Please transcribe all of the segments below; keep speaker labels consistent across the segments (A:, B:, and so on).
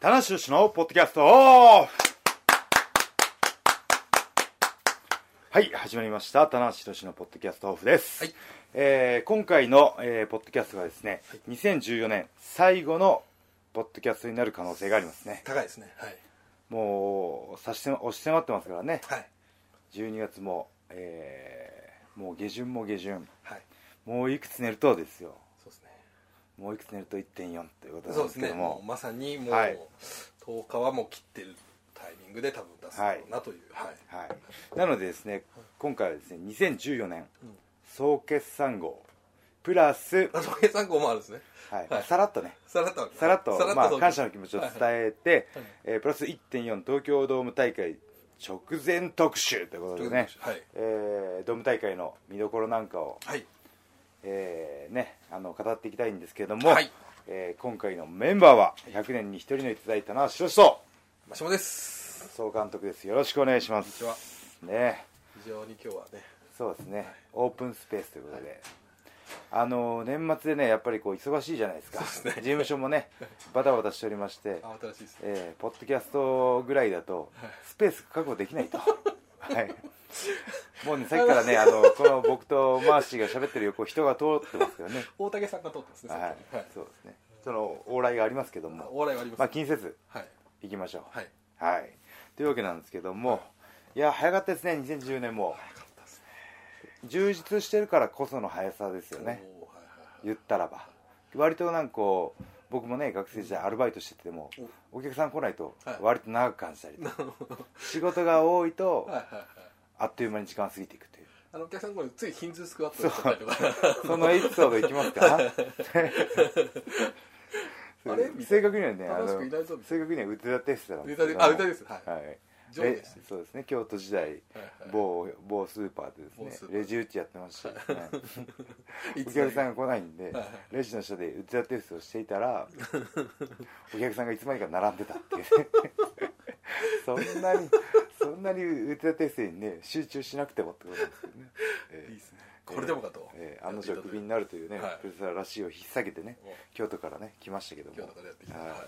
A: 田中俊のポッドキャストオフはい始まりました田中俊のポッドキャストオフです、
B: はい
A: えー今回の、えーポッドキャストがですね、2014年最後のポッドキャストになる可能性がありますね
B: 高いですねはい
A: もう差し迫押し迫ってますからね
B: はい
A: 12月も、えーもう下旬も下旬
B: はい
A: もういくつ寝るとですよ
B: そうですね
A: もういくつ寝ると1.4ということな
B: そ
A: んで
B: うです
A: すけ
B: ね
A: ど
B: も
A: も
B: うまさにもう、
A: はい
B: 10日はもう切ってるタイミングで多分出すだろうなというはい、
A: はい、なのでですね今回はですね2014年
B: うん
A: 総決算号プラス、
B: あと計算項もあるんですね
A: はい
B: はい
A: さらっとね
B: さらっとある
A: さらっとまあ、
B: そう
A: 感謝の気持ちを伝えて、
B: はいはい
A: えープラス1.4東京ドーム大会直前特集ということでね、
B: はい
A: えードーム大会の見どころなんかを、
B: はい
A: えーね、あの語っていきたいんですけども、
B: はい
A: えー今回のメンバーは100年に一人のいただいたな白人
B: マシモです
A: 総監督ですよろしくお願いしま
B: こんに
A: す
B: ちは
A: ね
B: 非常に今日はね
A: そうですねオープンスペースということで、あの年末でねやっぱりこう忙しいじゃないですか
B: そうです
A: 事
B: ね
A: 務所も ねバタバタしておりまして、
B: 慌ただしいですね
A: えーポッドキャストぐらいだとスペース確保でき ないとはいもうねさっきからねあのこの僕とマーシーが喋ってる横人が通ってますからね
B: 大竹さんが通ってますね
A: はい、
B: さっきはい
A: そうですねその往来がありますけど
B: あ
A: も
B: お笑いはあります、
A: まあ気にせず
B: はい
A: 行きましょう
B: はい
A: はい、というわけなんですけどもいや早かったですね2010年も
B: よかったですね
A: 充実してるからこその速さですよね
B: おーはいはい
A: 言ったらば割となんかこう僕もね学生時代アルバイトしててもお客さん来ないと
B: はい
A: 割と長く感じたりと
B: はいなるほど
A: 仕事が多いと
B: はいはいはい
A: あっという間に時間が過ぎていくという
B: あのお客さんこれついヒンズースクワットやっちゃったりとか
A: そのエピソードいきますか
B: あれ
A: 正確にはねあ
B: 楽し
A: の
B: くいないぞみた
A: 正確には歌テストなんで
B: ネ
A: すけど
B: タで
A: も
B: あ歌ですはい、
A: はい
B: 上下して
A: えそうですね京都時代
B: はいはい
A: 某某スーパーで
B: 某
A: で
B: ス
A: す
B: ー
A: ね
B: パー
A: レジ打ちやってましたよね
B: い
A: お
B: つだ
A: 客
B: け
A: さんが来ないんで、
B: はい
A: レジの下でうつらテストをしていた らお客さんがいつまでか並んでたっていう ねそんなにそんなにうつらテストにね集中しなくてもってことなんですけどね、え
B: い
A: ー
B: いですねこれでもかと、
A: えー、案の定クビになるというね、
B: はい
A: プロデューサーらしいを引っ提げてね
B: もう
A: 京都からね来ましたけども
B: 今日の中でやってきた、
A: はい
B: はい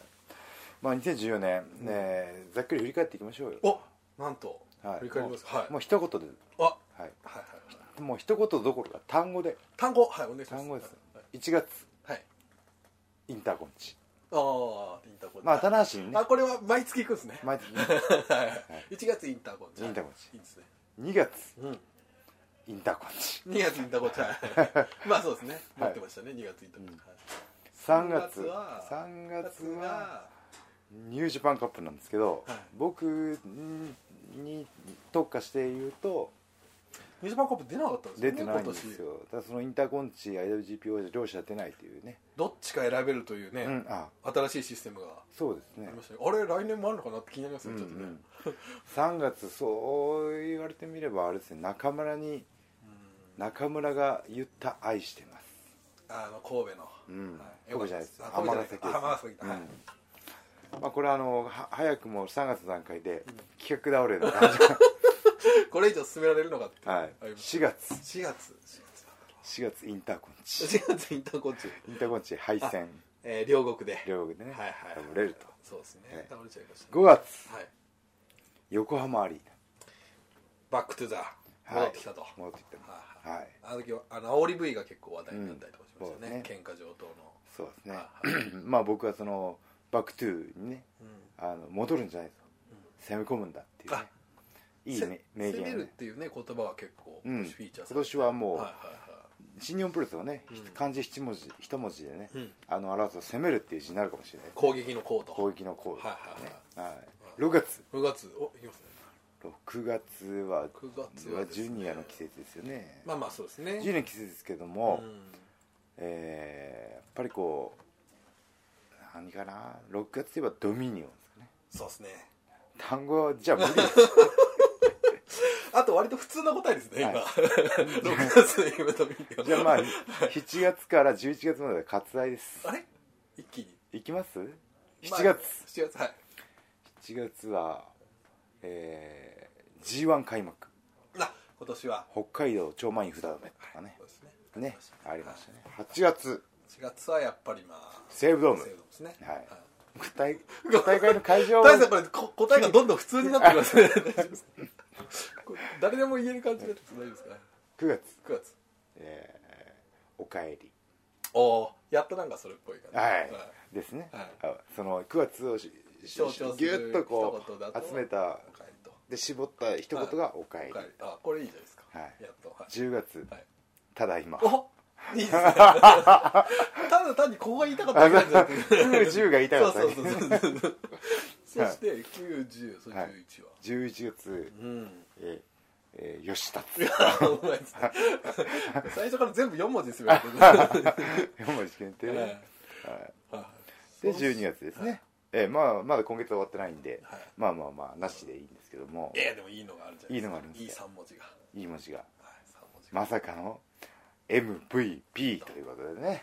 A: まあ、2014年、ねざっくり振り返っていきましょうよ、
B: おなんと、
A: はい
B: 振り返りますかはい
A: もう一言で、
B: あは
A: は
B: いはいはい
A: い、もう一言どころか単語で
B: 単語はいお願いします
A: 単語です
B: はい
A: 1月
B: はい
A: インターコンチ
B: ああインターコンチ
A: まあ棚橋にね
B: あこれは毎月行くんですね、
A: 毎月
B: はいはい、1月インターコンチ
A: インターコンチ
B: いいですね、
A: 2月
B: うん
A: インターコンチ
B: 2月インターコン チはいまあそうですね
A: は
B: 持
A: い
B: ってましたね2月インターコンチ、
A: 3月
B: 三月は
A: 3
B: はい
A: 月はニュージャパンカップなんですけど、
B: はい
A: 僕に特化して言うと
B: ニュージャパンカップ出なかったんです
A: 出
B: よね
A: てないんです
B: 今年
A: よただそのインターコンチ IWGP 王者両者出ないというね、
B: どっちか選べるというね、
A: うん、あ
B: 新しいシステムが
A: そうですね
B: ありましたねあれ来年もあるのかなって気になります
A: うん
B: ねちょっとね、
A: うん3月そう言われてみればあれですね中村に中村が言った「愛してます」
B: あの神戸の、
A: うん
B: はい
A: 神戸じゃないです
B: よかった
A: 尼
B: です
A: 崎です
B: あ尼崎だは
A: う
B: い
A: んまあ、これはあのは早くも3月の段階で企画倒れの感じ が
B: これ以上進められるのかって、
A: はい、
B: あります
A: 4月
B: 4月
A: 4
B: 4
A: 月インターコン チ
B: 月4月インターコンチ、
A: インターコンチ敗戦
B: えー、両国で
A: 両国でね、
B: はいはい
A: 倒れると
B: そうですね、
A: はい
B: 倒れちゃいました、
A: 5
B: ね、
A: 月
B: はい
A: 横浜アリー
B: バックトゥザ
A: ナ
B: 戻ってきたと、
A: はい、戻ってきたと
B: はい
A: はい
B: あの時はあの煽り部位が結構話題になったりとかしましたね,、
A: うんそう
B: 喧嘩上等の
A: そうですね
B: は
A: まあ僕はそのバックトゥーにね
B: うん
A: あの戻るんじゃないと攻め込むんだっていうね
B: あ
A: いいね
B: せ
A: 名
B: 攻め
A: 言を
B: るっ
A: ね
B: ていうね言葉は結構
A: う
B: 今
A: ん
B: 年フィーチャーさ
A: 今
B: れ
A: 年は
B: て、
A: もう、
B: はいはいは
A: 新日本プロレスをね、
B: うん
A: 漢字一文字一文字でね、
B: い、うん、
A: あの表すと攻めるっていう字になるかもしれない
B: 攻撃のコート
A: 攻撃の攻
B: はいはいは
A: ね
B: い
A: はい、6月
B: 6月おいきますね
A: 6月は
B: 9月は
A: は
B: です
A: ジ
B: ね
A: ュニアの季節ですよね、
B: まあまあそうですね
A: ジュニアの季節ですけど
B: う
A: も、
B: ん
A: えーやっぱりこう何かな6月といえばドミニオンですか ね
B: そうですね
A: 単語じゃ無理です
B: あと割と普通な答えですね 今、
A: はい
B: 6月の夢と見る
A: じゃあまあ7月から11月までは割愛です
B: あれ一気に
A: いきます
B: まあ
A: ?7 月
B: 7月はい
A: 7月はえー、g 1開幕
B: あ今年は
A: 北海道超満員札止めとかね
B: そうですね
A: ねありましたね8月
B: 4月はやっぱりまあ
A: 西武ドーム
B: 西武ですね
A: はい
B: は
A: 大大会の会場を
B: 大地さんこれこ答えがどんどん普通に なってきますね大丈夫ですこれ誰でも言える感じになってます大丈夫ですか
A: 9月、
B: 9月
A: えーおかえり
B: おおやっとなんかそれっぽい感じ
A: はい、ですね、
B: はい
A: あその9月をしし
B: 象徴す
A: ぎ
B: る
A: ゅっとこ
B: 一言だ
A: う
B: と
A: 集めた
B: おかえりと
A: で絞った一言が「おかえり
B: おかえりあこれいいじゃないですか
A: はい
B: やっとは」い
A: 10月
B: はい
A: 「ただいま」
B: おいい ですねただ単にここが言いたかっただけなんじゃ なくて
A: 9 10が言いたかった
B: そうそう そうそうそうそして910それ11
A: は
B: はい
A: 11月
B: うん
A: えーえー吉達
B: お前さ最初から全部4文字ですよは
A: 4文字限定
B: い
A: ね
B: はい
A: で12月ですね、えーまあ、まだ今月は終わってないんで、
B: はい
A: まあまあまあなしでいいんですけども
B: いやでもいいのがあるじゃない
A: いいのがありますね
B: いい3文字がはい
A: いい文字が
B: 3文字が
A: まさかの MVP ということでね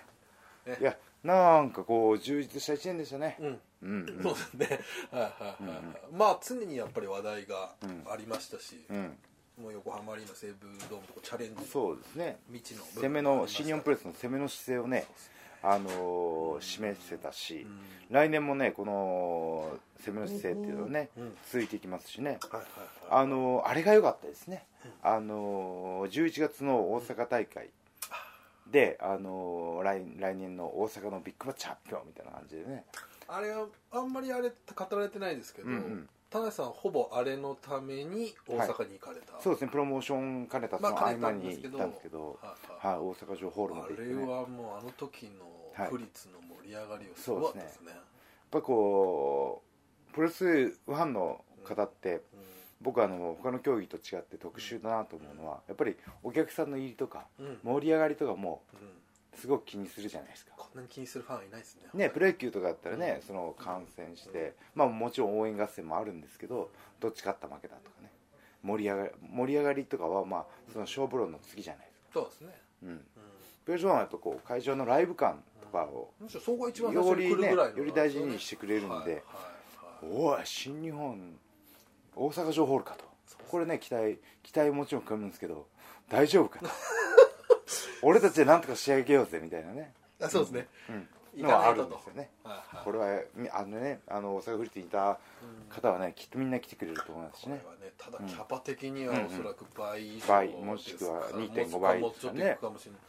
B: ね
A: いやなんかこう充実した1年でしたね
B: うん
A: うんうん
B: そうですねはいはいはいはいまあ常にやっぱり話題がありましたし
A: うん
B: もう横浜アリーナ西武ドームとこチャレンジの
A: そうですね
B: 未知の部分
A: 攻め
B: もあり
A: の
B: ました
A: 新日本プロレスの攻めの姿勢をねあのー示せたし、来年もねこの攻めの姿勢っていうのはね、
B: うん
A: 続いていきますしね
B: はいはいはい
A: あのーあれが良かったですね、あのー11月の大阪大会で、あのー来来年の大阪のビッグマッチ発表みたいな感じでね
B: あれはあんまりあれって語られてないですけど
A: うんうん
B: 田中さんほぼあれのために大阪に行かれた
A: そうですねプロモーション兼ねたそ
B: ま
A: の
B: あ
A: 合
B: 兼ねた
A: 間
B: ん
A: に
B: です
A: 行
B: け
A: っ
B: ど
A: たんですけど、
B: はい
A: はい、大阪城ホールま
B: あ
A: で行って、
B: れ
A: ね、やっ
B: はもうあの時の区立の盛り上がりはすごかったですね,、
A: ぱこうプロレスファンの方って僕あの他の競技と違って特殊だなと思うのはやっぱりお客さんの入りとか
B: うん、うん
A: 盛り上がりとかも
B: うん
A: すごく気にするじゃないですか
B: こんなに気にするファンはいないですね
A: ね、プロ野球とかだったらね、
B: うん
A: その観戦して、まあ、もちろん応援合戦もあるんですけどどっち勝った負けだとかね盛り上がり盛り上がりとかは、まあ、その勝負論の次じゃないですか、
B: そうですね、
A: うん、
B: うん、
A: プロジョンはやっぱこう会場のライブ感とかを、
B: むしろそこが一番最
A: よ
B: 初に
A: り
B: 来るぐ
A: ね
B: らいの、
A: より大事にしてくれるんで、
B: はいはいはい
A: おい新日本大阪城ホールかとこれね期待期待もちろんかむんですけど大丈夫かと 俺たちでなんとか仕上げようぜみたいなね、
B: あそうですね、
A: うん、
B: 行
A: の
B: か
A: は
B: な
A: あ
B: いと
A: るん
B: と
A: ですよね
B: はいはい
A: これはみあのねあの大阪府立にいた方はねきっとみんな来てくれると思いますし
B: これ
A: ね
B: はねただキャパ的にはおそらく倍以上
A: 倍もしくは2.5倍
B: もうちょっといくかもしれない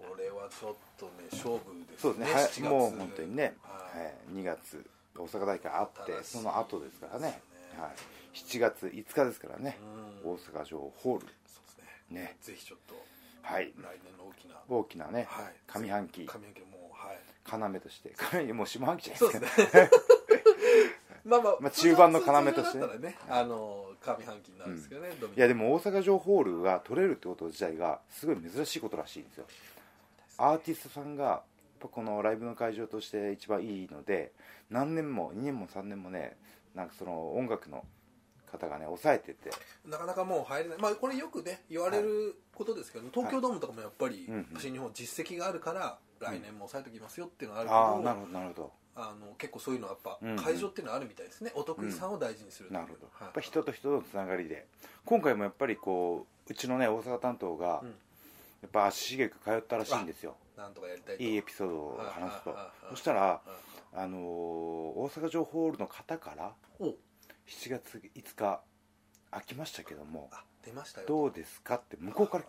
B: これはちょっとね勝負です
A: そう
B: ね
A: ですねはいもう
B: 7月
A: 本当にね、
B: はい
A: はい、2月大阪大会あって
B: 新しい
A: その後ですからね
B: ですね
A: はい、7月5日ですからね
B: うん
A: 大阪城ホール
B: そうですね
A: ね
B: ぜひちょっと
A: はい
B: 来年の大きな、
A: 大きなね、
B: はい、
A: 上半期
B: 上半期もうはい
A: 要として 要もう下半期じゃないで
B: そ
A: すか
B: うですね まあまあ、
A: まあ中盤の要としてね
B: 通常だったらね、あの上半期になるんですけどね、ドミニ
A: いやでも大阪城ホールが取れるってこと自体がすごい珍しいことらしいんですよアーティストさんがやっぱこのライブの会場として一番いいので何年も2年も3年もねなんかその音楽の方がね抑えてて
B: なかなかもう入れない、まあ、これよくね言われることですけど、東京ドームとかもやっぱり、
A: うんうん
B: 新日本実績があるから来年も抑えておきますよっていうのがあるけど,、
A: ああなるほどなるほど
B: あの結構そういうのはやっぱ、
A: うんうん
B: 会場っていうのはあるみたいですねお得意さんを大事にするっていう
A: なるほど
B: はい
A: やっぱ人と人とのつながりで今回もやっぱりこううちのね大阪担当が
B: うん
A: やっぱ足しげく通ったらしいんですよ
B: なんとかやりたいと
A: いいエピソードを話す
B: は
A: と
B: いはいはいはい
A: そしたら
B: うん
A: あのー大阪城ホールの方から
B: お
A: 7月5日空きましたけども
B: あ出ましたよ
A: どうですかって向こうから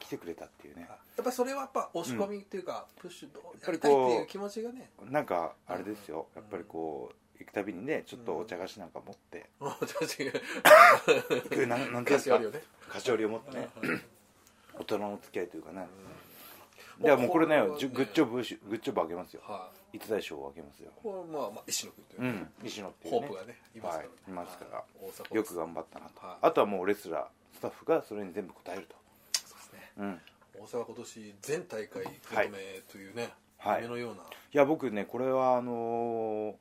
A: 来てくれたっていうね
B: あやっぱりそれはやっぱ押し込みっていうか、プッシュどう
A: やっ
B: や
A: ぱり
B: り
A: こ
B: た
A: う
B: いっていう気持ちがね
A: なんかあれですよ
B: う
A: や
B: ん
A: っぱりこう行くたびにねちょっとお茶菓子なんか持って
B: も うちょっと違う
A: 行くななんていうんで
B: 昔
A: す
B: あ
A: か
B: るよね
A: 菓子折りを持ってね大人の付き合いというかね
B: うん
A: いやもうこれね
B: もうこれはね
A: じゅグッジョブしグッジョブあげますよ
B: はい
A: 逸材賞をあげますよ
B: これはまあまあ石野君という
A: う
B: ね、
A: ん西野っていう
B: ホ
A: ね
B: ープがねいますからね、
A: はいいますから
B: はい大阪
A: よく頑張ったなと
B: はい
A: あとはもうレスラースタッフがそれに全部答えると
B: そうですね
A: うん
B: 大阪今年全大会まとめというね、
A: はい
B: 夢のようない
A: や僕ねこれはあのー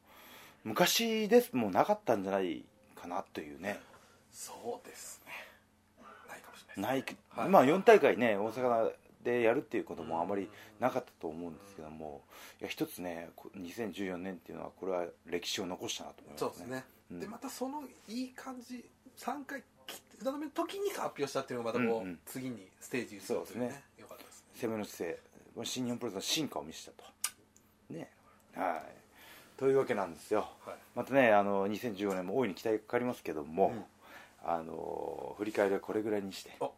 A: 昔ですもうなかったんじゃないかなというね
B: そうですねないかもしれないです
A: ない、
B: はい
A: まあ4大会ね大阪でやるっていうこともあまりなかったと思うんですけどもいや一つねこ2014年っていうのはこれは歴史を残したなと思います
B: そ
A: ね
B: うですね、
A: うん
B: でまたそのいい感じ3回切っての時に発表したっていうのがまたこ
A: う
B: う、
A: んうん
B: 次にステージ移るとい
A: そ
B: う
A: うですね
B: よかったですね
A: 攻めの姿勢新日本プロレスの進化を見せたとねはいというわけなんですよ
B: はい
A: またねあの2015年も大いに期待がかかりますけども、
B: うん
A: あの振り返りはこれぐらいにして
B: お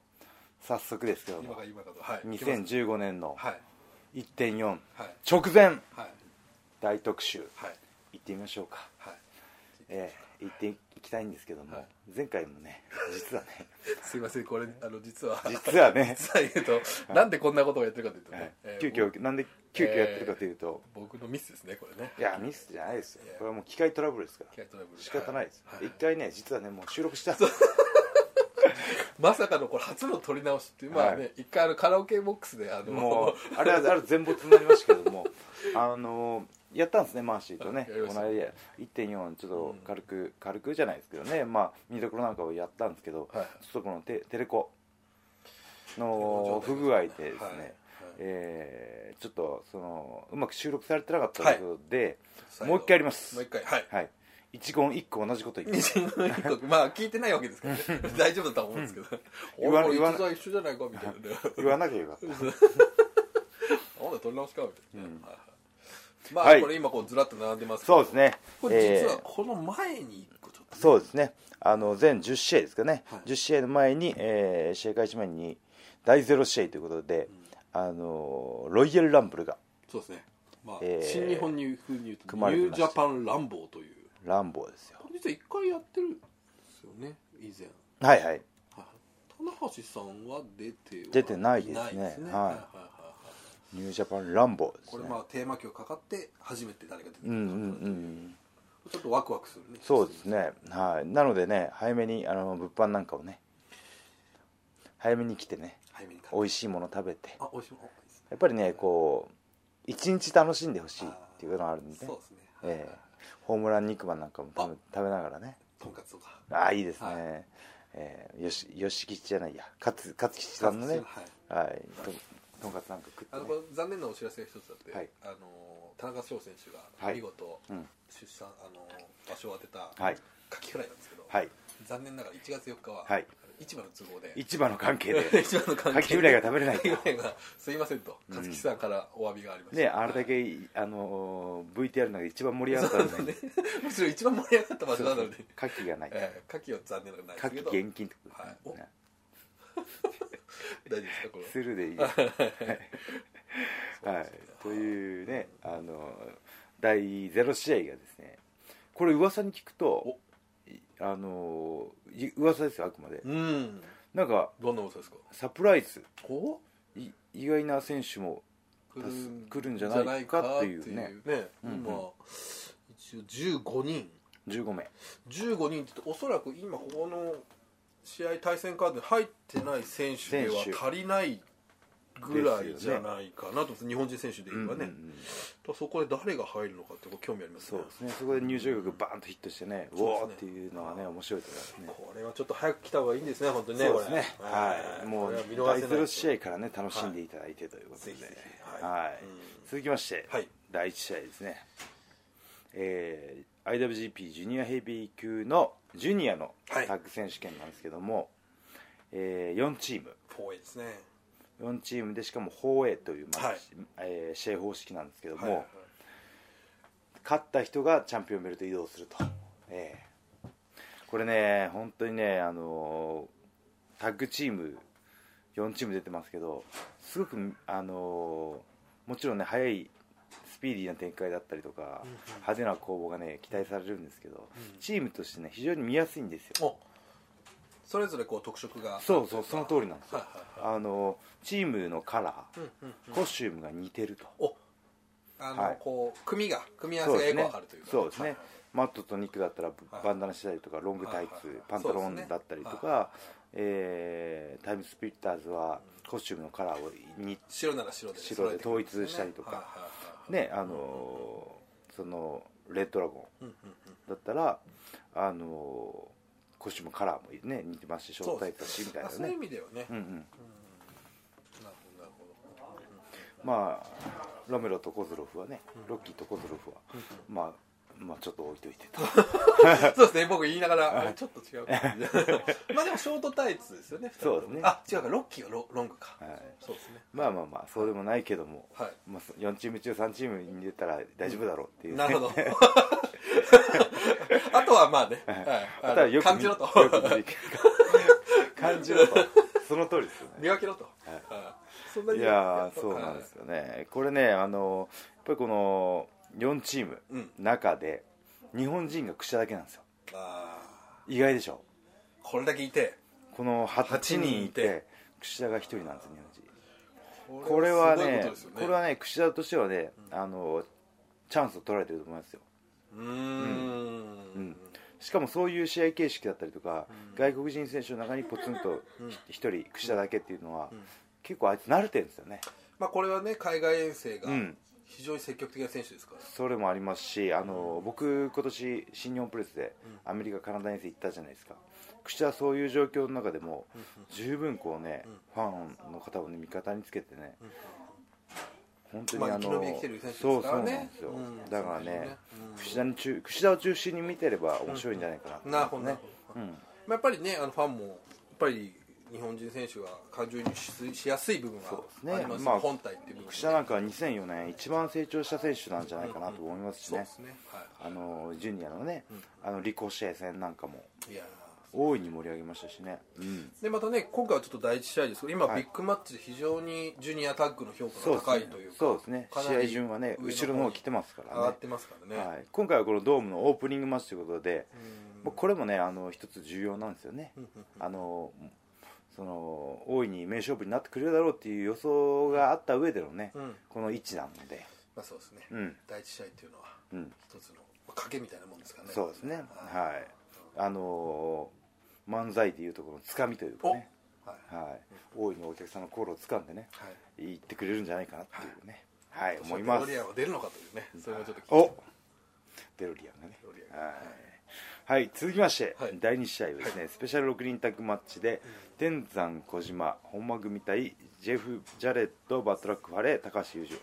A: 早速ですけど
B: 今
A: も
B: か今かとはい行きます
A: 2015年の
B: はい
A: 1.4
B: はい
A: 直前
B: はい
A: 大特集
B: はい
A: 行ってみましょうか
B: はい
A: ええ行っていきたいんですけども、
B: はい
A: 前回もね実はね
B: すいませんこれあの実は
A: 実はね、
B: 実は言うとなんでこんなことをやってるかというとね
A: え
B: え
A: え
B: ー
A: 急遽なんで急遽やってるかというと、
B: 僕のミスですねこれね
A: いやミスじゃないですよ
B: いや
A: これはもう機械トラブルですか
B: 機
A: ら
B: 械トラブル
A: 仕方ないです
B: は
A: 一回ね実はねもう収録したんです
B: まさかのこれ初の撮り直しっていうまあ
A: は
B: ね一回あのカラオケボックスであ
A: も
B: の
A: う あれはあれは全没になりましたけど もあのやったんですねマーシーとね
B: やりま
A: こ
B: し
A: の
B: た
A: 間1.4ちょっと軽く、軽くじゃないですけどねまあ見どころなんかをやったんですけど、
B: はい
A: ちょっとこのテテレコの不具合でですね、
B: はいはい
A: えーちょっとそのうまく収録されてなかったということで、
B: 最後
A: もう一回やります
B: もう一回はい
A: はい一言一個同じこと言って
B: まあ聞いてないわけですから、ね、大丈夫だとは思うんですけど
A: 言わ
B: おい
A: 言わ
B: これ一緒じゃないかみたいなね
A: 言わなきゃよかった
B: なんだ撮り直しかみたいな、はいはいまあ、
A: はい
B: これ今こうずらっと並んでますけど
A: そうですね
B: これ実は
A: えー
B: この前に一個ちょっと、
A: そうですね、あの全10試合ですかね、
B: はい
A: 10試合の前に、えー試合開始前に第0試合ということで、あのロイヤルランブルが
B: そうですね、まあ
A: えー
B: 新日本に風に言うと
A: 組まれて
B: ニュ
A: ま
B: ー
A: した
B: ジャパン乱暴という
A: 乱暴ですよ
B: こ。れ実は一回やってるんですよね以前
A: はいはい、
B: はい棚橋さんは出ては
A: 出てないですね
B: ないですね
A: はい
B: はいはいはい
A: ニュージャパン乱暴です
B: こ
A: ね
B: れ。まあテーマ曲かかって初めて誰が出てく
A: う
B: る
A: んうんうん、
B: ちょっとワクワクするね
A: そうですね、はい、なのでね、早めにあの物販なんかをね、早めに来てね、
B: 早めに買って
A: 美味しいもの食べて、
B: あ美味しいもん多いですね
A: やっぱりね、こう、一日楽しんでほしいっていうのがあるんで、ね
B: そうですね、はい
A: えーホームラン肉まんなんかも食べ食べながらね。
B: とんかつとか
A: ああいいですね、
B: は
A: えーよしよし吉じゃないや勝勝吉さんのね
B: はい
A: はいととんかつなんか食
B: あの
A: っ
B: こ
A: て、
B: れ
A: ね、
B: 残念なお知らせが一つあって、
A: はい
B: あのー田中翔選手
A: は
B: が
A: い
B: 見事
A: うん
B: 出産、あのー場所を当てた
A: はい
B: カキフライなんですけど、
A: はい
B: 残念ながら1月4日は、
A: はい
B: 市場の都合で
A: 市場の関係 で
B: 市場の関係で
A: カキフライが食べれないと
B: カキフライがすいませんと勝木さんからお詫びがありました、
A: ねあれだけあのー VTR の中で一番盛り上がったのに
B: むしろ一番盛り上がった場所なので
A: カキがない
B: ええカキは残念ながらない
A: カ
B: で
A: キ
B: すけど
A: 厳禁ってこと
B: はい
A: です
B: お
A: ね、
B: 大丈夫ですかこれは
A: スルーでいいですはい、はい、というねあのー第0試合がですねこれ噂に聞くといあのーい噂ですよあくまで
B: うん
A: なんか
B: どんなことですか
A: サプライズ
B: お
A: い意外な選手も
B: 来
A: たす来るんじゃないかっていうね
B: じゃないかっていうね
A: うんうん
B: 今一応15人
A: 15名
B: 15人って言っておそらく今ここの試合対戦カードに入ってない選手では
A: 選手
B: 足りないぐらい
A: です
B: じ
A: よね
B: ゃないかなと思うんです日本人選手で言え
A: うんう
B: ばね、
A: んうん
B: とそこで誰が入るのかってこう興味あります
A: そう
B: ね
A: ですねそこで入場曲バーンとヒットしてね、う
B: そうです
A: おーっ
B: ね
A: ていうのはね面白いと思いますね
B: これはちょっと早く来た方がいいんですね本当にね
A: そうですね
B: これ
A: はいもう
B: これは見逃
A: 第
B: せない
A: 0試合からね楽しんでいただいてということで、
B: ぜひぜひ
A: はい
B: はい
A: 続きまして、
B: はい
A: 第1試合ですねえー IWGP ジュニアヘビー級のジュニアのタ
B: はい
A: ッグ選手権なんですけども、え4チーム
B: 4A ですね
A: 4チームでしかも 4A という、まあ
B: はい
A: えー試合方式なんですけども、
B: はいはいはい
A: 勝った人がチャンピオンベルト移動すると、ええこれね本当にねあのータッグチーム4チーム出てますけどすごくあのーもちろんね早いスピーディーな展開だったりとか、派手な攻防がね期待されるんですけど、チームとしてね非常に見やすいんですよ
B: おそれぞれこう特色が
A: そうそうその通りなんですよ
B: はいはいはい
A: あのーチームのカラー、
B: うんうん
A: コスチュームが似てると
B: おあの、
A: はい
B: こう組が組み合わ
A: そう
B: せ
A: で
B: が
A: すね
B: よくわかるというか
A: そうですね、
B: はい
A: マットとニックだったら
B: はい
A: バンダナしたりとかロングタイツ、
B: はいはいはい
A: パンタロンだったりと
B: そ
A: か、
B: うですねはい
A: えータイムスピリッターズはコスチュームのカラーをに
B: 白なら白で
A: 白で統一したりとか
B: はいはいはい
A: ねあのーそのレッドラゴ
B: うんう
A: ン
B: ん
A: だったらあのーコスチュームカラーもね似てますしショートタイプだしみたい
B: うん
A: な
B: あそういう
A: ね
B: 意味ではね、
A: うんうん
B: なるほどなるほど
A: まあロメロとコズロフはねロッキーとコズロフは、まあまあちょっと置いといてと
B: そうですね僕言いながら
A: はい
B: あれちょっと違う かなまあでもショートタイツですよね二人とも
A: そうですね
B: あ違うかロッキーはロロングか
A: はい
B: そうですね
A: まあまあまあそうでもないけども、
B: は
A: まあ、そ4チーム中3チームに入れたら大丈夫だろうってい、
B: いう なるほどあとはまあね、は
A: はいい、
B: あの
A: あとはよく
B: 感
A: 見
B: じろと
A: よく見る 感じろとその通りですよね
B: 見分けろと、
A: はい
B: そんなに
A: いやー
B: と
A: そうなんです
B: は
A: よねこれねあのやっぱりこの4チーム
B: いうん
A: 中で日本人が屈者だけなんですよ
B: あー
A: 意外でしょ
B: これだけいて
A: この8人い
B: 八人い
A: て櫛田が1人なんですよ日本人
B: こ
A: これは
B: すごいこ
A: ね
B: とですよね
A: これはね櫛田としてはね、あのチャンスを取られてると思いますよ
B: うーん
A: うんしかもそういう試合形式だったりとか、外国人選手の中にポツンと1人櫛田だけっていうのは、
B: ん
A: 結構あいつ慣れてるんですよね
B: まあこれはね海外遠征が
A: うん
B: 非常に積極的な選手ですから、
A: それもありますしあの、僕今年新日本プロレスでアメリカカナダ遠征行ったじゃないですか櫛田はそういう状況の中でも、十分こうね、ファンの方を、ね、味方につけてね、本当に
B: まあ
A: あの、
B: 生き延びてきてる選手
A: そ
B: で
A: う
B: すか
A: そうな
B: ら
A: ん
B: ね
A: ですよ、
B: うん
A: だから
B: そうです
A: ね
B: よねうん
A: 櫛田に中櫛田を中心に見てれば面白いんじゃないかなと思いますね、
B: なるほどね、
A: うん
B: まあ、やっぱりねあのファンもやっぱり日本人選手が感情移入ししやすい部分が
A: そうですね
B: ありますね
A: まあ
B: 本体っていう部分
A: 櫛田なんかは2004年一番成長した選手なんじゃないかなと思いますし
B: そうで
A: ね、
B: すね、は
A: あのジュニアのね、あのリコシェ戦なんかも
B: い、いや
A: 大いに盛り上げましたしね、うん、
B: ーでまたね今回はちょっと第一試合ですけど今、
A: はい
B: ビッグマッチで非常にジュニアタッグの評価
A: そう
B: が
A: です
B: 高
A: ね
B: いというか
A: そうですね
B: かな
A: 試
B: り
A: 合順はね
B: 上
A: 後ろの方来てますか
B: 上が
A: ら
B: っ
A: ね
B: てますからね、
A: はい、今回はこのドームのオープニングマッチということで、まあこれもねあの一つ重要なんですよね、あのその大いに名勝負になってくれるだろうっていう予想があった上でのね、
B: うん
A: この位置なので、
B: まあ、そうですね、
A: うん
B: 第一試合っていうのは
A: うん、
B: 一つのまあ賭けみたいなもんですからね
A: そうですね
B: い、
A: はいあの漫才でいうところのつかみというかね、
B: おはい
A: はい、大いにお客さんの心をつかんでね
B: はい
A: 言ってくれるんじゃないかなっていうねはい、思います
B: デロリアンは出るのかというねそれもちょっと聞きたい
A: おデロリアンがね
B: デロリアン
A: はいはい、続きまして、
B: はい
A: 第2試合はですね、スペシャル6人タッグマッチで、天山小島本間組対ジェフ・ジャレットバトラック・ファレー高橋裕次
B: は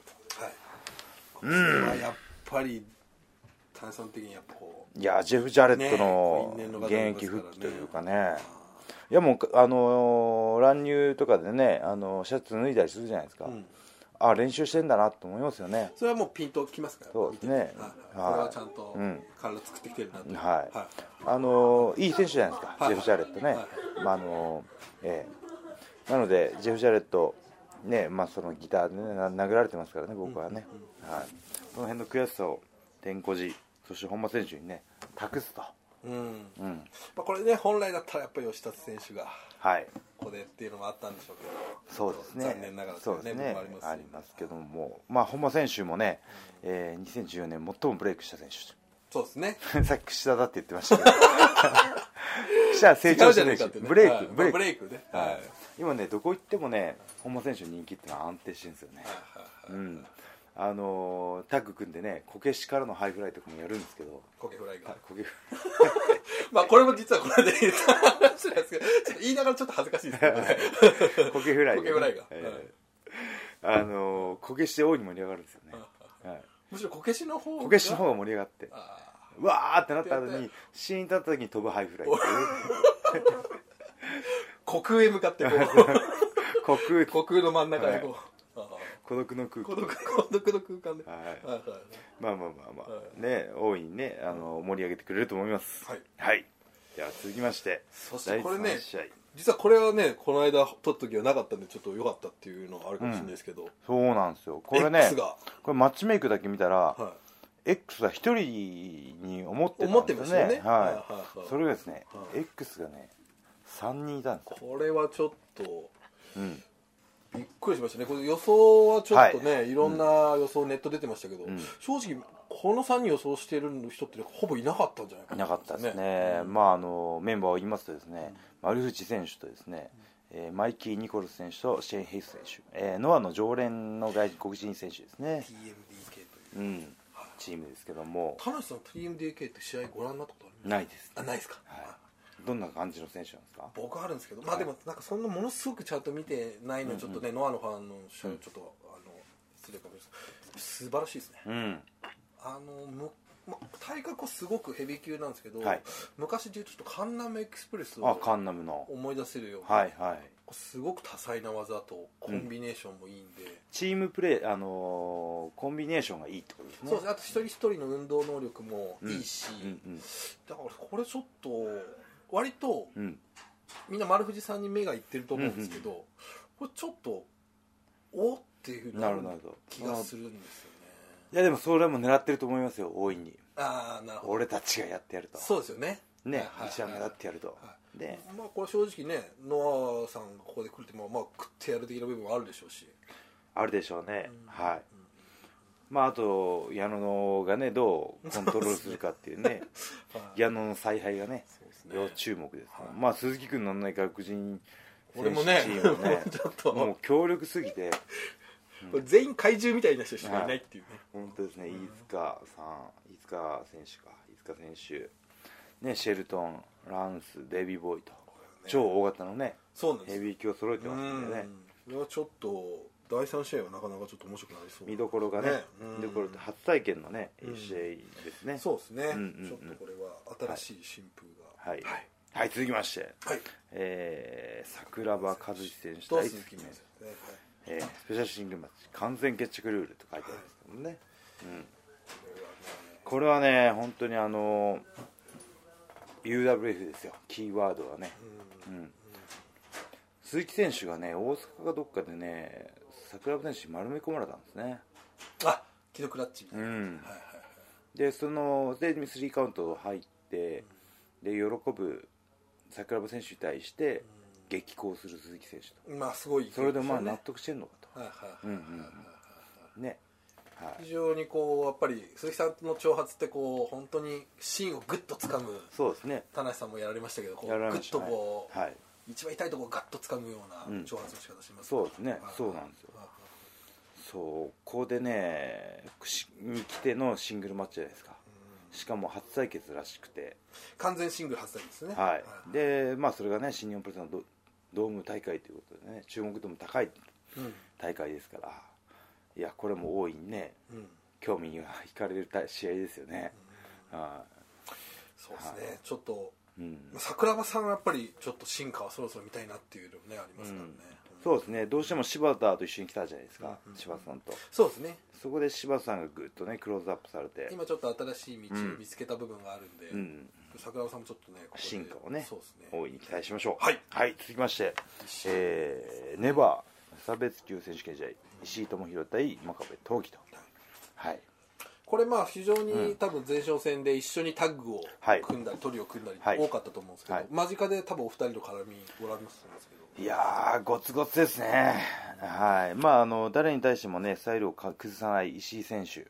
B: い、これはやっぱり炭酸的にやっぱこう
A: 郎いやージェフ・ジャレット
B: ね
A: の
B: 因縁の方
A: 現
B: で
A: 役
B: すからね
A: 復帰というかねいやもうあのー乱入とかでね、あのーシャツ脱いだりするじゃないですか、
B: ん
A: あ練習してんだなと思いますよね
B: それはもうピンときますから
A: そうですね
B: 見て
A: はい
B: てはいこれはちゃんと
A: うん
B: 体作ってきてるなという
A: はい
B: は
A: あのいい選手じゃないですか、
B: はい
A: ジェフ・ジャレットね、
B: は
A: まああのええなので、ジェフ・ジャレット、ねまあ、そのギターで、ね、な殴られてますからね、僕はね、はい、その辺の悔しさを天候寺、そして本間選手にね、託すと、
B: うんま
A: うん
B: あ、これね本来だったらやっぱり吉田選手が
A: はい、
B: ここでっていうのもあったんでしょうけど
A: そうですね、
B: 残念ながら
A: そうですね
B: という部分もあ
A: あ
B: り
A: り
B: ま
A: ますすけども、まあ、本間選手もね、えー、2014年、最もブレイクした選手。
B: そうですね
A: さっき櫛田だって言ってましたけど 櫛田は成長してるし、
B: ね
A: ブレイ
B: はい
A: ク、ブレイ
B: まあ
A: ク
B: ブレイクねはいはい
A: 今ねどこ行ってもね本間選手の人気ってのは安定してるんですよね、
B: はい
A: うんあのータッグ組んでねこけしからのハイフライとかもやるんですけど
B: コケフライが
A: こけ
B: まあこれも実はこれで言った話なんですけどちょっと言いながらちょっと恥ずかしいですけどね
A: こけフライが,、
B: こけフライが
A: えーあのーこけしで大いに盛り上がるんです よね、はい、
B: むしろこけしの方が
A: こけしの方が盛り上がって
B: あー
A: わーってなった後にシーン立った時に飛ぶハイフライ
B: 虚空へ向かっ てこう
A: 虚空
B: 虚空の真ん中でこう、あ
A: 孤独の空
B: ー
A: 気
B: 孤独孤独の空間で、
A: はい
B: はいはい
A: まあまあまあまあ、
B: は
A: ね大いにねあの盛り上げてくれると思います
B: はい
A: では続きまして
B: そしてこれね
A: 第三試合
B: 実はこれはねこの間撮った時はなかったんでちょっと良かったっていうのがあるかもしれないですけど、
A: そうなんですよこれね
B: X が、
A: これマッチメイクだけ見たら、
B: は
A: X は一人に思ってたんですよね
B: 思ってましたよね
A: は
B: はいはいはい
A: いそれがですね、
B: は
A: X がね3人いたんです
B: い、
A: よ、
B: これはちょっと
A: うん、
B: びっくりしましたねこれ予想はちょっとね、い、ろんな予想ネット出てましたけど、
A: ん
B: 正直この3人予想してる人ってほぼいなかったんじゃないか
A: いなかったですねまああのメンバーを言いますとですね、丸藤選手とですね、えーマイキー・ニコルス選手とシェーン・ヘイス選手、えーノアの常連の外国人選手ですね
B: TMDK という
A: うん、チームですけども
B: 田無さん TMDK って試合ご覧になったことあります
A: ないです、
B: あないですか、
A: はい、どんな感じの選手なんですか
B: 僕はあるんですけどまあでもなんかそんなものすごくちゃんと見てないのはちょっとね、ノアのファンの人はちょっと、あの失礼かもしれないです素晴らしいですね
A: うん
B: あのむま、体格はすごくヘビー級なんですけど、
A: はい
B: 昔で言うとちょっとカンナムエクスプレス
A: あ
B: を
A: カンナムの
B: 思い出せるような、
A: はいはい
B: すごく多彩な技とコンビネーションもいいんで、
A: チームプレー、あのーコンビネーションがいいってことですね
B: そうですねあと一人一人の運動能力もいいし、
A: うんうん
B: だからこれちょっと割と
A: うん
B: みんな丸藤さんに目がいってると思うんですけど、これちょっとおっていうふうに
A: な
B: な
A: る
B: る
A: ほど
B: 気がするんですよね
A: いやでもそれも狙ってると思いますよ大いに
B: ああなるほど
A: 俺たちがやってやると
B: そうですよね
A: ね
B: はい
A: 一番目立ってやると
B: は
A: で
B: まあこれ正直ねノアさんがここで来るってもまあ食ってやる的な部分もあるでしょうし
A: あるでしょうね
B: うん
A: はいまああと矢野がねどうコントロールするかっていう ね
B: や
A: 矢野の采配がね
B: そうです
A: 要注目ですね
B: はい
A: まあ鈴木君のない外人選手
B: 俺もね
A: チームはね
B: ちょっ
A: もう
B: と
A: 強力すぎて
B: これ全員怪獣みたいな人しかいないっていうね
A: 本当ですね飯塚さん飯塚選手か飯塚選手ねシェルトンランスデイビーボーイと超大型のね
B: そうなんです
A: ヘ
B: よ
A: ビー級を揃えてますんでね
B: うんいやちょっと第3試合はなかなかちょっと面白くなりそう
A: 見どころがね
B: ねうん
A: 見どころって初体験のね
B: うん
A: ACA ですね
B: そうですね、
A: うんうんうん
B: ちょっとこれは新しい新風が
A: はい
B: はい、
A: はい続きまして
B: はい
A: えー桜庭和志選手
B: と
A: 大
B: 鈴
A: 好き
B: 木
A: ね
B: 選手ね、はい
A: えースペシャルシングルマッチ完全決着ルールと書いてあるんですけどもねうん
B: これはね
A: これはね本当にあの UWF ですよキーワードはねうん鈴木選手がね大阪かどっかでね桜庭選手に丸め込まれたんですね
B: あキドクラッチみた
A: う
B: いな、
A: ん
B: はいはいはい
A: でそのでスリーカウント入ってで喜ぶ桜庭選手に対して激高する鈴木選手と
B: まあすごい勢い
A: それでまあ
B: すよ
A: 納
B: ね
A: 得してんのか
B: はいはい
A: とうんうんうんねはい
B: 非常にこうやっぱり鈴木さんの挑発ってこう本当に芯をグッと掴む
A: そうですね
B: 田無さんもやられましたけどこうグ
A: やられま
B: ッ
A: した
B: とこう、
A: はいはい
B: 一番痛いところをガッと掴むような
A: うん
B: 挑発の仕方します、
A: そうですね
B: はいはい
A: そうなんですよ
B: はい
A: そうここでね串に来てのシングルマッチじゃないですかしかも初対決らしくて
B: 完全シングル発売ですね
A: はい、でまあそれがね新日本プロレスのドドーム大会ということでね注目度も高い
B: うん
A: 大会ですからいやこれも大いにね
B: うん
A: 興味が引かれる大試合ですよね、は
B: そうですね、ちょっと
A: いうん、
B: 桜庭さんはやっぱりちょっと進化はそろそろ見たいなっていうのもねありますからね、うん
A: そうですねどうしても柴田と一緒に来たじゃないですか、
B: うんうん
A: 柴田さんと
B: そうですね
A: そこで柴田さんがぐっとねクローズアップされて、
B: 今ちょっと新しい道を見つけた部分があるんで、
A: うん、
B: 桜庭さんもちょっとねここで
A: 進化をね
B: そうですね
A: 大いに期待しましょう
B: はい
A: 続きまして、えーネバー無差別級選手権試合石井智弘対真壁闘技とはい
B: これまあ非常に多分前哨戦で一緒にタッグを
A: はい
B: 組んだり、トリを組んだり
A: はい
B: 多かったと思うんですけど、
A: はい
B: 間近で多分お二人の絡みご覧になってたんですけど
A: いやー、ごつごつですね、はいまあ、あの誰に対しても、ね、スタイルをか崩さない石井選手、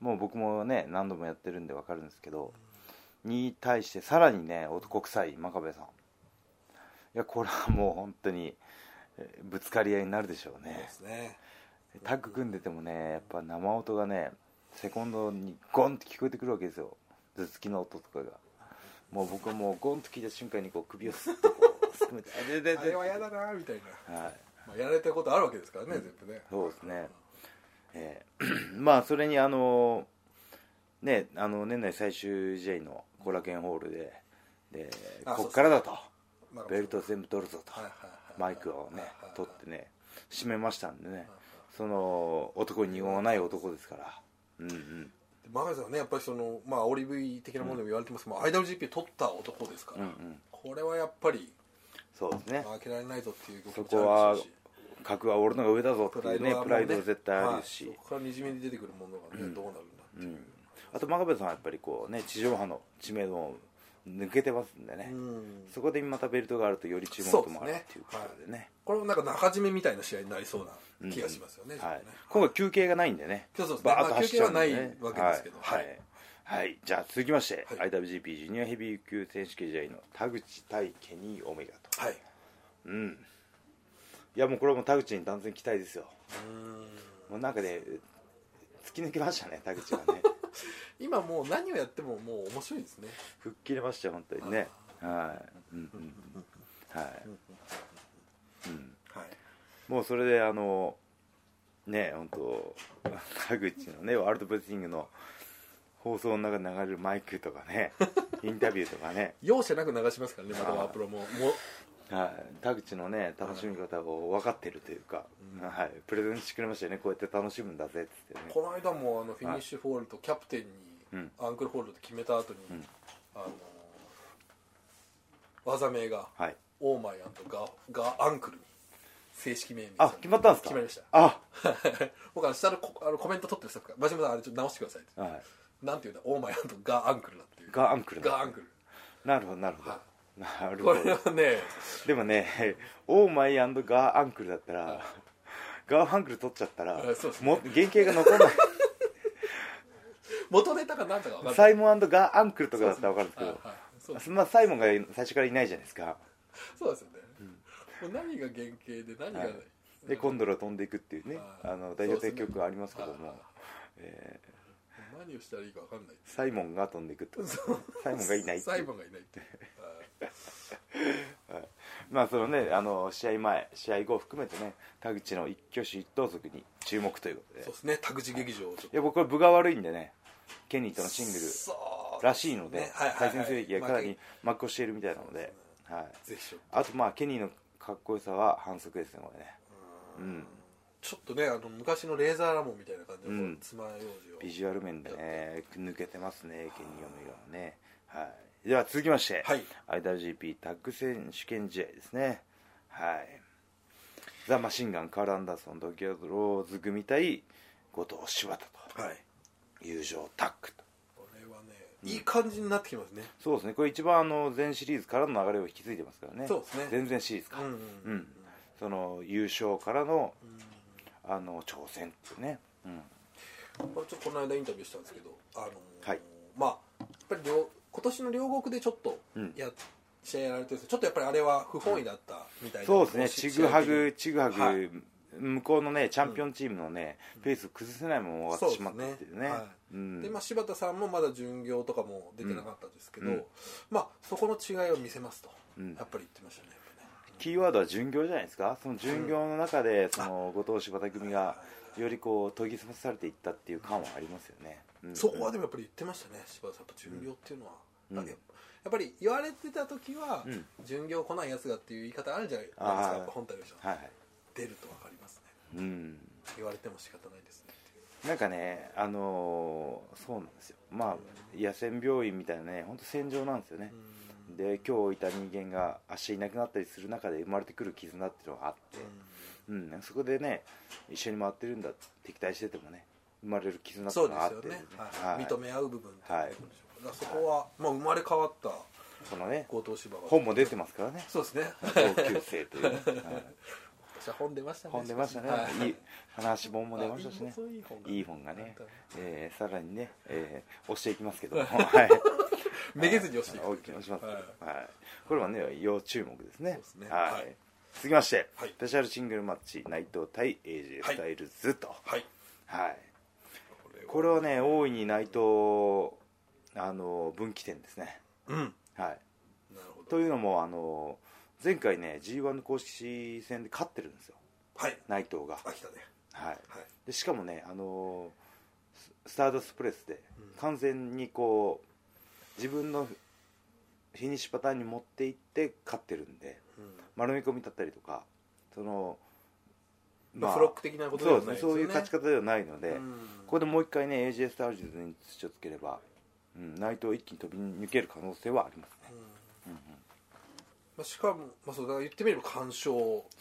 A: もう僕も、ね、何度もやってるんで分かるんですけど、に対してさらに、ね、男臭い真壁さん、いやこれはもう本当にえーぶつかり合いになるでしょう
B: そうで
A: ね、
B: すね
A: タッグ組んでてもね、やっぱ生音がね、セコンドにゴンって聞こえてくるわけですよ、頭突きの音とかが。もう僕はもうゴンと聞いた瞬間にこう首をすっとこうすくめて、あでで
B: あ
A: で
B: れは嫌だなみたいな、
A: はい
B: まあ、やられたことあるわけですからね、全部ね
A: そうですね、えー まあそれにあのねあの年内最終試合の後楽園ホールでで
B: あ
A: こっからだと
B: まあ
A: ベルト全部取るぞと
B: はいはいはい
A: マイクをね
B: はいはいはい
A: 取ってね締めましたんでねその男に二言はない男ですからうんうん
B: マガさんはねやっぱりそのまあオリ V 的なものでも言われてますけど、まあ IWGP 取った男ですか
A: う
B: ら、
A: んうん
B: これはやっぱり
A: そうですね
B: 負けられないぞっていう
A: そ
B: 動き
A: こ
B: もあ
A: は
B: るでしょうし
A: 格は俺のが上だぞっていうね
B: はもう
A: プライドは絶対あるし、
B: はいそこからにじみ出てくるものがね、どうなるんだっていう、
A: あと真壁さんはやっぱりこうね地上波の知名度も抜けてますんでね、
B: うん
A: そこでまたベルトがあるとより注目度もある
B: そうですね
A: っていうことでね
B: これもなんか中締めみたいな試合になりそうな気がしますよね、ちょっ
A: はい
B: とね
A: 今回休憩がないんでね
B: そうそうですね
A: バーッと走っちゃうんでね、
B: まあ休憩はないわけですけど
A: はい、は
B: は
A: い
B: い
A: はいじゃあ続きまして、
B: はい
A: IWGP ジュニアヘビー級選手権試合の田口対ケニー・オメガと
B: はい
A: うんいやもうこれはもう田口に断然期待ですよ
B: うん
A: もうなんかね突き抜けましたね田口が ね
B: 今もう何をやってももう面白いですね
A: 吹っ切れましたよ本当にねはいうんうんうんはいうん
B: はい
A: もうそれであのね本当田口のねワールドプレスリングの放送の中で流れるマイクとか ねインタビューとかね、
B: 容赦なく流しますからねまた
A: あー
B: ワープロももう
A: はい、田口のね楽しみ方を分かってるというか、
B: うん
A: はい、プレゼンしてくれましたよねこうやって楽しむんだぜっつってね
B: この間もあのフィニッシュホールとキャプテンに、
A: うん
B: アンクルホールドって決めた後に、
A: うん
B: あの技名が
A: はい
B: オーマイアンとガガアンクルに正式命名
A: あ決まったんですか
B: 決まりました
A: あ
B: 僕あの下のコあのコメント取ってるスタッフが「真島さんあれちょっと直してください」って
A: はい
B: なんていうんだオーマイアンとガアンクルだっていう
A: ガアンクルだ
B: ガアンクル
A: なるほどなるほど、
B: は
A: なる
B: こ
A: ほ
B: れ
A: ど
B: はね
A: でもねオーマイガーアンクルだったら、ガーアンクル取っちゃったら、
B: うんそうですね
A: も原型が残んない
B: 元ネタかなんだか分かんない
A: サイモンガーアンクルとかだったら分かるんですけ
B: はい
A: ど
B: はいそうです
A: まあ、サイモンが最初からいないじゃないですか
B: そうですよね、もう何が原型で何が、
A: はいでコンドルは飛んでいくっていうね
B: はい
A: あの代表的曲がありますけど
B: そうです
A: も
B: ねはい、
A: え
B: 何をしたらいいか分かんない
A: ーサイモンが飛んでいくってことサイモンがいないってい
B: 裁
A: う
B: 判がいないってはい
A: まあそのねあの試合前試合後含めてね田口の一挙手一投足に注目ということで
B: そうですね田口劇場をちょっ
A: いや僕は分が悪いんでねケニーとの
B: と
A: シングル
B: そう
A: らしいの
B: ね
A: で
B: はいはいはい
A: 対戦する歴がかなり真っ向しているみたいなので、はい、
B: ぜひちょっと
A: あとまあケニーのかっこよさは反則ですねこれねうん
B: ちょっとねあの昔のレーザーラモンみたいな感じ
A: う
B: の
A: ん
B: つまようじを、
A: ビジュアル面でね抜けてますねケニーの目がね、はい、では続きまして、
B: はい
A: IWGP タッグ選手権試合ですねはいザ・マシンガンカール・アンダーソンドキアドローズ組対後藤柴田
B: はい
A: と友情タッグと
B: これはねいい感じになってきますね、
A: そうですねこれ一番あの前シリーズからの流れを引き継いでますからね
B: そうですね
A: 前々シリーズか、
B: うん
A: うんその優勝からの
B: うん
A: あの挑戦っていうね、うん、
B: これちょっとこの間インタビューしたんですけど、あのー
A: はい
B: まあやっぱり両今年の両国でちょっと
A: うん
B: や、試合やられてるんですけどちょっとやっぱりあれは不本意だったみたいな、
A: そうですね
B: し
A: ちぐはぐ
B: 試
A: ちぐはぐ、
B: はい
A: 向こうのねチャンピオンチームのね、ペースを崩せないまま終わってしまったっていうねう
B: そう合的
A: ん
B: にで、まあ、柴田さんもまだ巡業とかも出てなかったですけど、
A: うんうん
B: まあ、そこの違いを見せますと、
A: うん
B: やっぱり言ってましたねやっぱね
A: キーワードは巡業じゃないですかその巡業の中で、その後藤柴田組がよりこう研ぎ澄まされていったっていう感はありますよね、うん
B: そこはでもやっぱり言ってましたね柴田さんやっぱ巡業っていうのは、
A: うん
B: なんかやっぱやっぱり言われてた時は、
A: うん
B: 巡業来ないやつがっていう言い方あるじゃないですか
A: あー
B: やっぱ本体の人は、
A: はいはい
B: 出ると分かります
A: う
B: ね
A: ん
B: 言われても仕方ないですねっていう
A: なんかねあのーそうなんですよまあ野戦病院みたいなね本当戦場なんですよね、
B: うん
A: で今日いた人間が明日いなくなったりする中で生まれてくる絆っていうのがあって、うんそこでね一緒に回ってるんだ敵対しててもね生まれる絆ってい
B: そうう
A: の
B: で
A: があっ
B: す
A: て
B: よね、
A: は
B: はいい、認め合う部分って
A: はい
B: いうことでしょうかだからそこは、まあ、生まれ変わった
A: そのね
B: 後藤芝が
A: 本も出てますからね
B: そうです ね
A: 同級生という、はい
B: 私は本出ましたね
A: 本出ましたね、
B: はい
A: いい話本も出ましたしね
B: あいいそういい本が
A: いい本がね
B: あったね、
A: えーさらにね、えー押していきますけ どもはい
B: めげずに押していく
A: はい大きく押しますけど
B: はい
A: はいこれはね要注目ですね
B: そうですね
A: はい、
B: はい
A: 続きまして、
B: はい
A: スペシャルシングルマッチ内藤対 AJ
B: はい
A: スタイルズと、
B: はい
A: はい、
B: これ
A: これはね大いに内藤あの分岐点ですね、
B: うんなる
A: はい、
B: ほど
A: というのもあの前回ね g 1の公式戦で勝ってるんですよ
B: はい
A: 内藤が、
B: 飽きたね
A: はい、
B: はい
A: でしかもねあのススターダストプレスで
B: うん
A: 完全にこう自分のフィニッシュパターンに持っていって勝ってるんで
B: うん
A: 丸め込みだったりとかその
B: まあフロック的なことで
A: そうで
B: は
A: す
B: ない
A: ね
B: です
A: そ
B: よね
A: ういう勝ち方ではないので、
B: うん
A: ここでもう一回ね AJ スタージズに土をつければ、うん、内藤を一気に飛び抜ける可能性はありますね、うんうん
B: まあ、しかも、まあ、そうだから言ってみれば完勝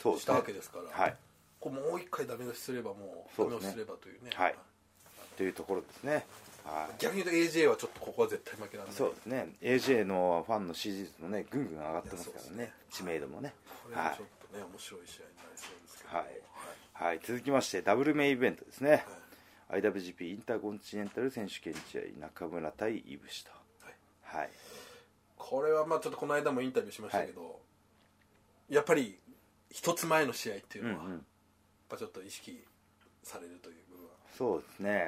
A: そうですね
B: したわけですから
A: はい
B: こうもう一回ダメ出しすればもう
A: そう
B: ダメ
A: ですね
B: 出しすればというね
A: はいというところですね、はい、
B: 逆に言うと AJ はちょっとここは絶対負けられない
A: そうですね AJ のファンの支持率もねぐんぐん上がってますか
B: いやそ
A: ら
B: う
A: ね
B: ですね
A: 知名度もね
B: これ
A: は
B: はいちょっとね面白い試合になりそうですけど
A: はいはい、続きましてダブルメインイベントですね、IWGP インターコンチネンタル選手権試合中村対イブシと
B: はい
A: はい
B: これはまあちょっとこの間もインタビューしましたけど、やっぱり一つ前の試合っていう
A: うんう
B: のは、やっ
A: ん
B: ぱちょっと意識されるという部分は、
A: そうですね
B: は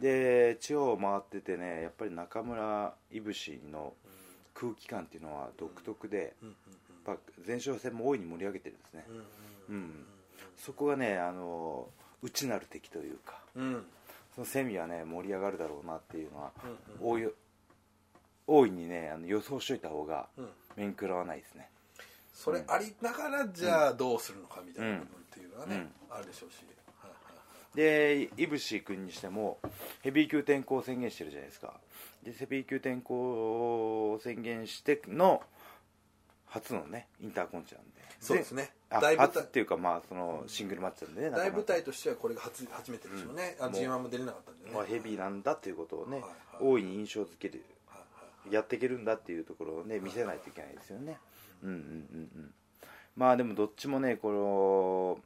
B: い
A: で地方を回っててねやっぱり中村いぶしの
B: う
A: 空気感っていうのは独特で
B: んうん
A: やっぱ前哨戦も大いに盛り上げてるんですね
B: うんうん
A: うんそこがねあの内なる敵というか
B: うんうんうん
A: そそのセミはね盛り上がるだろうなっていうのは、
B: うん
A: 大い大いにねあの予想しといた方が
B: うん
A: 面食らわないですね
B: それありながらじゃあどうするのかみたいな部分っていうのはね、
A: うん
B: あるでしょうし、はいはい
A: でいぶし君にしてもヘビー級転向を宣言してるじゃないですかでヘビー級転向を宣言しての初のねインターコンチなんで
B: そうですね
A: あ
B: 大舞
A: 初
B: 台
A: っていうかまあそのシングルマッチなんでねなか
B: 大
A: なか
B: 舞台としてはこれが初初めてでしょうね、
A: も
B: あ
A: う
B: G1 も出れなかったんでね、
A: まあ、ヘビーなんだということをね、
B: はいはい
A: 大いに印象づける
B: はいはい
A: やっていけるんだっていうところをね見せないといけないですよねうんうんうんうんまあでもどっちもねこの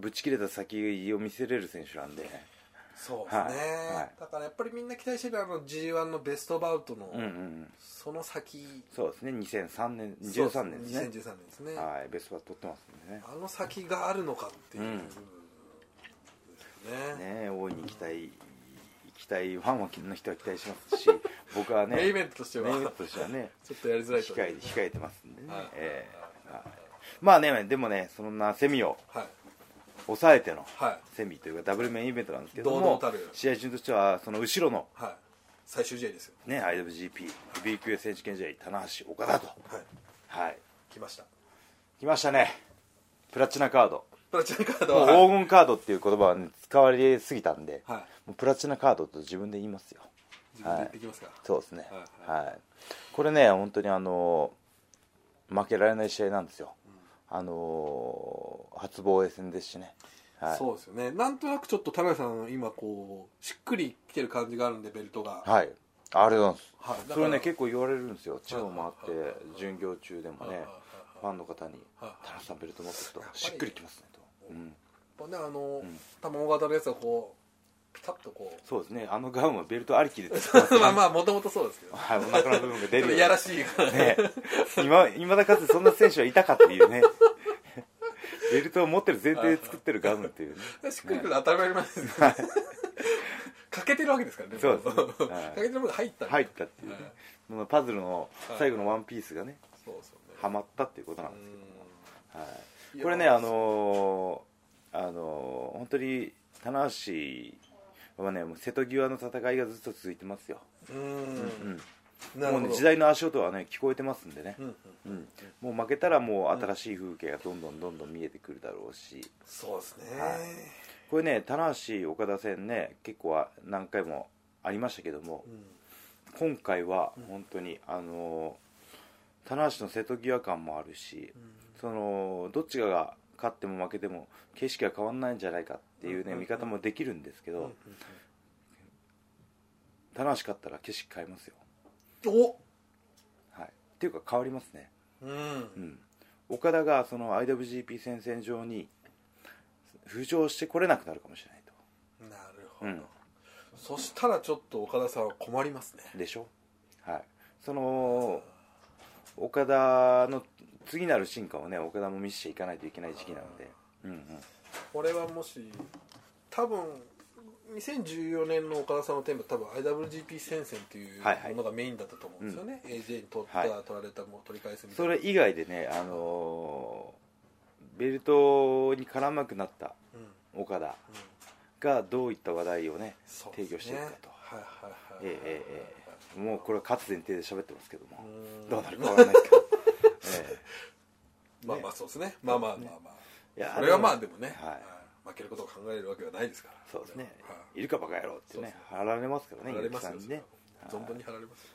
A: ぶち切れた先を見せれる選手なんで
B: そうですね、
A: はいはい
B: だからやっぱりみんな期待してるあの G1 のベストバウトの、
A: うんうんうん
B: その先
A: そうですね2003年13年ですね
B: 2013年ですね、
A: はいベストバット取ってますんでね
B: あの先があるのかっていう、
A: うん
B: ですね
A: ね大いに期待期待ファンの人は期待し ますし僕はね
B: メインイベントとしては
A: メインイベントとしてはね
B: ちょっとやりづらいと
A: 控え控えてますんでね
B: はいはいはい
A: ええはいまあねでもねそんなセミを
B: はい
A: 抑えての
B: はい
A: セミというかダブルメインイベントなんですけども
B: 堂々たる
A: 試合中としてはその後ろの、
B: はい最終試合ですよ
A: ね、IWGP B 級選手権試合棚橋岡田と
B: はい
A: はい
B: 来ました
A: 来ましたねプラチナカード
B: プラチナカード
A: もう
B: ははい
A: 黄金カードっていう言葉は、ね、使われすぎたんで、
B: はい
A: もうプラチナカードと自分で言いますよ
B: 自分で行ってきますか、
A: そうですね
B: は
A: はい、これね本当にあの負けられない試合なんですよ、あの初防衛戦ですしねはい
B: そうですよねなんとなくちょっと田辺さん今こうしっくりきてる感じがあるんでベルトが
A: はいありがとうございます
B: はいだ
A: そ
B: から
A: れね結構言われるんですよ地方もあっ
B: はいはいは
A: て巡業中でも
B: はい
A: ね
B: はい
A: ファンの方に
B: はいは
A: 「
B: い
A: 田中さんベルト持ってると
B: やっぱり
A: しっくりきますね」と、うん、
B: やっぱねあの、卵型のやつがこうピタッとこう
A: そうですねあのガウンはベルトありきで
B: まあまあもともとそうですけど
A: はいお腹の部分が出
B: ち
A: る
B: ょっ
A: よ
B: といやらしいからね
A: ね今今だかつてそんな選手はいたかっていうねベルトを持ってる前提で作ってるガウンっていうね
B: しっくりくるの当たり前なんですよね 欠けてるわけですからね
A: そうですね
B: 欠
A: はい
B: けてるものが入ったんで
A: 入ったっていうね、そのパズルの最後のワンピースがね
B: そうそうね
A: はまったっていうことなんです
B: う
A: はい、
B: いや
A: これね、あのーあのー本当に棚橋はねもう瀬戸際の戦いがずっと続いてますよ、
B: ーん
A: うん、
B: うんな
A: も
B: るほ
A: う、
B: ど
A: ね、時代の足音はね聞こえてますんでね
B: う、んうん
A: うんもう負けたらもう新しい風景がどんどんどんどん見えてくるだろうし
B: そうですね
A: はこれね棚橋岡田戦ね結構は何回もありましたけども
B: うん
A: 今回は本当に、あのー棚橋の瀬戸際感もあるし、そのどっちかが勝っても負けても景色は変わんないんじゃないかっていうね、
B: うんうんうん
A: 見方もできるんですけ
B: うんう
A: ど
B: ん
A: 棚橋勝ったら景色変えますよ、
B: お
A: はい、っていうか変わりますね、
B: うん
A: うん、岡田がその IWGP 戦線上に浮上してこれなくなるかもしれない
B: なるほど、
A: うん
B: そしたらちょっと岡田さんは困りますね
A: とでしょはいその岡田の次なる進化をね岡田も見せていかないといけない時期なのでうんうん
B: これはもし多分2014年の岡田さんのテーマ多分 IWGP 戦線っていう
A: はいはい
B: ものがメインだったと思うんですよね、AJ に取った、
A: はい
B: 取られたもう取り返すみた
A: そ
B: いな
A: れ以外でねあのーベルトに絡まなくなった
B: うんうん
A: 岡田がどういった話題をね
B: そう
A: 提
B: です
A: 供して
B: ね
A: いくかと、
B: はいはいはい
A: ええええええもうこれは勝つ前提で喋ってますけども
B: うーん
A: どうなるかわからないですけど、え
B: まあまあそうですねまあまあまあま
A: えいや
B: あ それはまあでもね、
A: はい
B: 負けることを考えるわけはないですから
A: そうですね、
B: はい
A: い、るかバカ野郎ってね貼られますからね
B: 貼られますよ
A: 猪木さんにね
B: それは存分に貼られますよ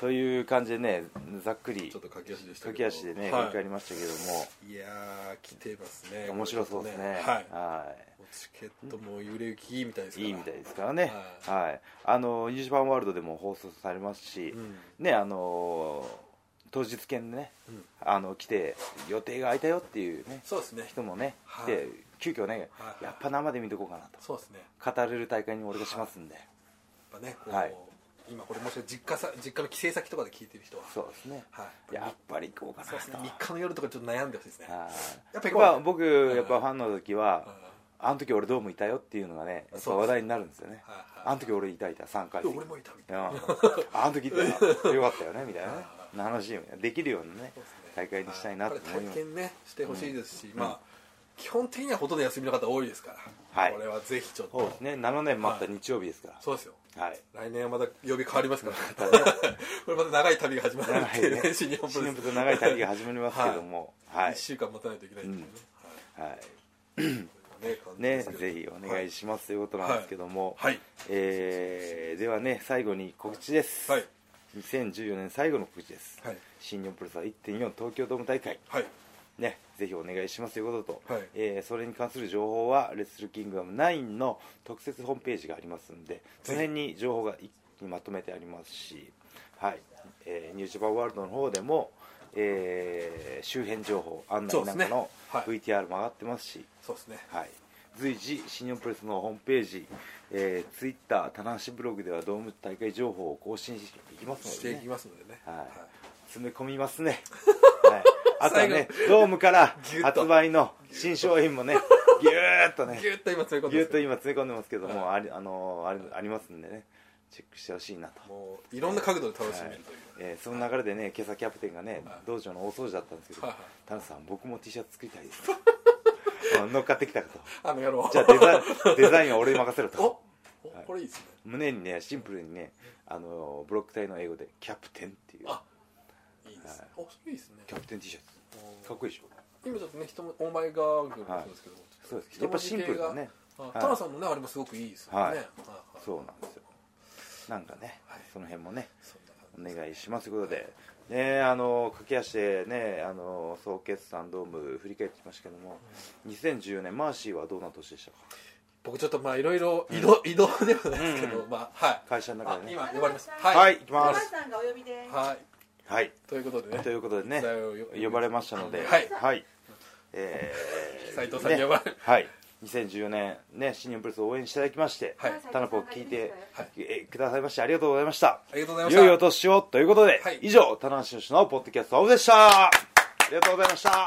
A: という感じでねざっくり
B: ちょっと駆け足でしたけ
A: 駆
B: ど
A: け足でね、
B: はい
A: 振り返りましたけども
B: いやー来てますね
A: 面白そうですね
B: はい
A: は
B: もうチケットも売れ行きいいみたいです
A: い、
B: から
A: いいみたいですからね
B: は
A: は
B: い
A: い、あのニュージパンワールドでも放送されますし、
B: うん
A: ねあのー当日券でね、
B: うん
A: あの来て予定が空いたよっていうね
B: そうですね
A: 人もね、
B: はい
A: で急遽ね、
B: はい
A: やっぱ生で見とこうかな
B: そうですねや
A: と語れる大会に俺がしますんで、
B: っぱねこう、
A: はい
B: 今これもしかして実家さ実家の帰省先とかで聞いてる人は
A: そうですね、
B: はい
A: やっぱり行こうかな
B: そうですね
A: と、
B: 3日の夜とかちょっと悩んでほしいですね
A: は
B: やっぱ
A: い
B: 行こう
A: まあ僕やっぱファンの時は、
B: うん
A: あの時俺どうもいたよっていうのがねやっぱ話題になるんですよね、
B: はいはい
A: あの時俺いたいた3回
B: で俺もいたみたいな
A: あの時ってよかったよねみたいなね話できるようなね
B: そうですね
A: 大会にしたいなと
B: は
A: 思い
B: これ
A: ま
B: 体
A: す
B: 験ねしてほしいですし、まあ基本的にはほとんど休みの方多いですから、
A: はい
B: これはぜひちょっ
A: そうで
B: と
A: すね7年待った日曜日ですから
B: そうですよ
A: はい
B: 来年はまた曜日変わり ますから、
A: またね
B: これまた長い旅が始まるっていう ね、新日本プロレ
A: 新
B: ス
A: 日本長い旅が始まりますけどもは
B: 1
A: い
B: 週間待たないといけないっていうね、
A: は
B: はいこん
A: い
B: なね
A: ねぜひお願いしますということなんですけども
B: はい
A: えーではね最後に告知です
B: はい
A: 2014年最後の告知です
B: はい
A: 新日本プロレスは1.4東京ドーム大会
B: はい
A: ね、ぜひお願いしますということと、
B: はい
A: えーそれに関する情報は「レッスルキングダム9」の特設ホームページがありますんでその辺に情報が一気にまとめてありますし、はいえーニュージャパンワールドの方でも、えー周辺情報案内なんかの
B: そうですねはい
A: VTR も上がってますし、
B: そうですね
A: はい、随時新日本プロレスのホームページ、えー、Twitter 棚橋ブログではドーム大会情報を更新していきますので、ね、
B: していきますのでね、
A: はい、詰め込みますね、はい、あとはねドームから
B: ぎゅっと
A: 発売の新商品もねぎゅーっとね
B: ギュッと今詰め込んで
A: ぎゅ
B: ま
A: ーっ
B: す
A: と
B: け
A: 今詰
B: ど
A: め込んでますけども、ありあのーありありますんでねチェックしてほしいなと、
B: もういろんな角度で楽しめるという、
A: えーその流れでね今朝キャプテンがね道場の大掃除だったんですけど
B: はい
A: 「田中さん僕も T シャツ作りたいです」あ乗っかってきたかと
B: あの野郎
A: じゃあデザインデザインは俺に任せろ
B: お
A: と
B: おこれいいですね
A: 胸にねシンプルにねあのーブロック体の英語で「キャプテン」っていう
B: あいいですね、おそれいいですね
A: キャプテン T シャツ
B: お
A: かっこいいでしょ
B: 今ちょっとね人もオーマイガーグルもそうですけど、
A: そうですやっぱシンプルだね
B: あ
A: はい
B: タナさんのねあれもすごくいいですよね、
A: はい
B: はいはい
A: そうなんですよなんかね、
B: はい
A: その辺もね
B: そんな感じ
A: お願いしますということで、ね、あの駆け足でねあの総決算ドーム振り返ってきましたけども、2014年マーシーはどんな年でしたか
B: 僕ちょっとまあいろいろ移動、移動ではないですけど、
A: うん
B: まあはい
A: 会社の中でね
B: あ今呼ばれました
A: はい、
B: はい、
A: い、きます
C: さんがお呼びです。
B: はい、
A: はい
B: ということでね
A: ということでね
B: 材料をよ
A: 呼ばれましたので
B: はい
A: えー
B: 斉藤さんに呼ばれる
A: ねはい2014年ね新日本プロレスを応援していただきまして、
B: はい
A: タナポを聞いて、
B: はい
A: えくださいましてありがとうございました
B: ありがとうございま
A: い
B: した
A: よいよ年をということで、
B: はい
A: 以上、田中俊のポッドキャストオフでした。ありがとうございました。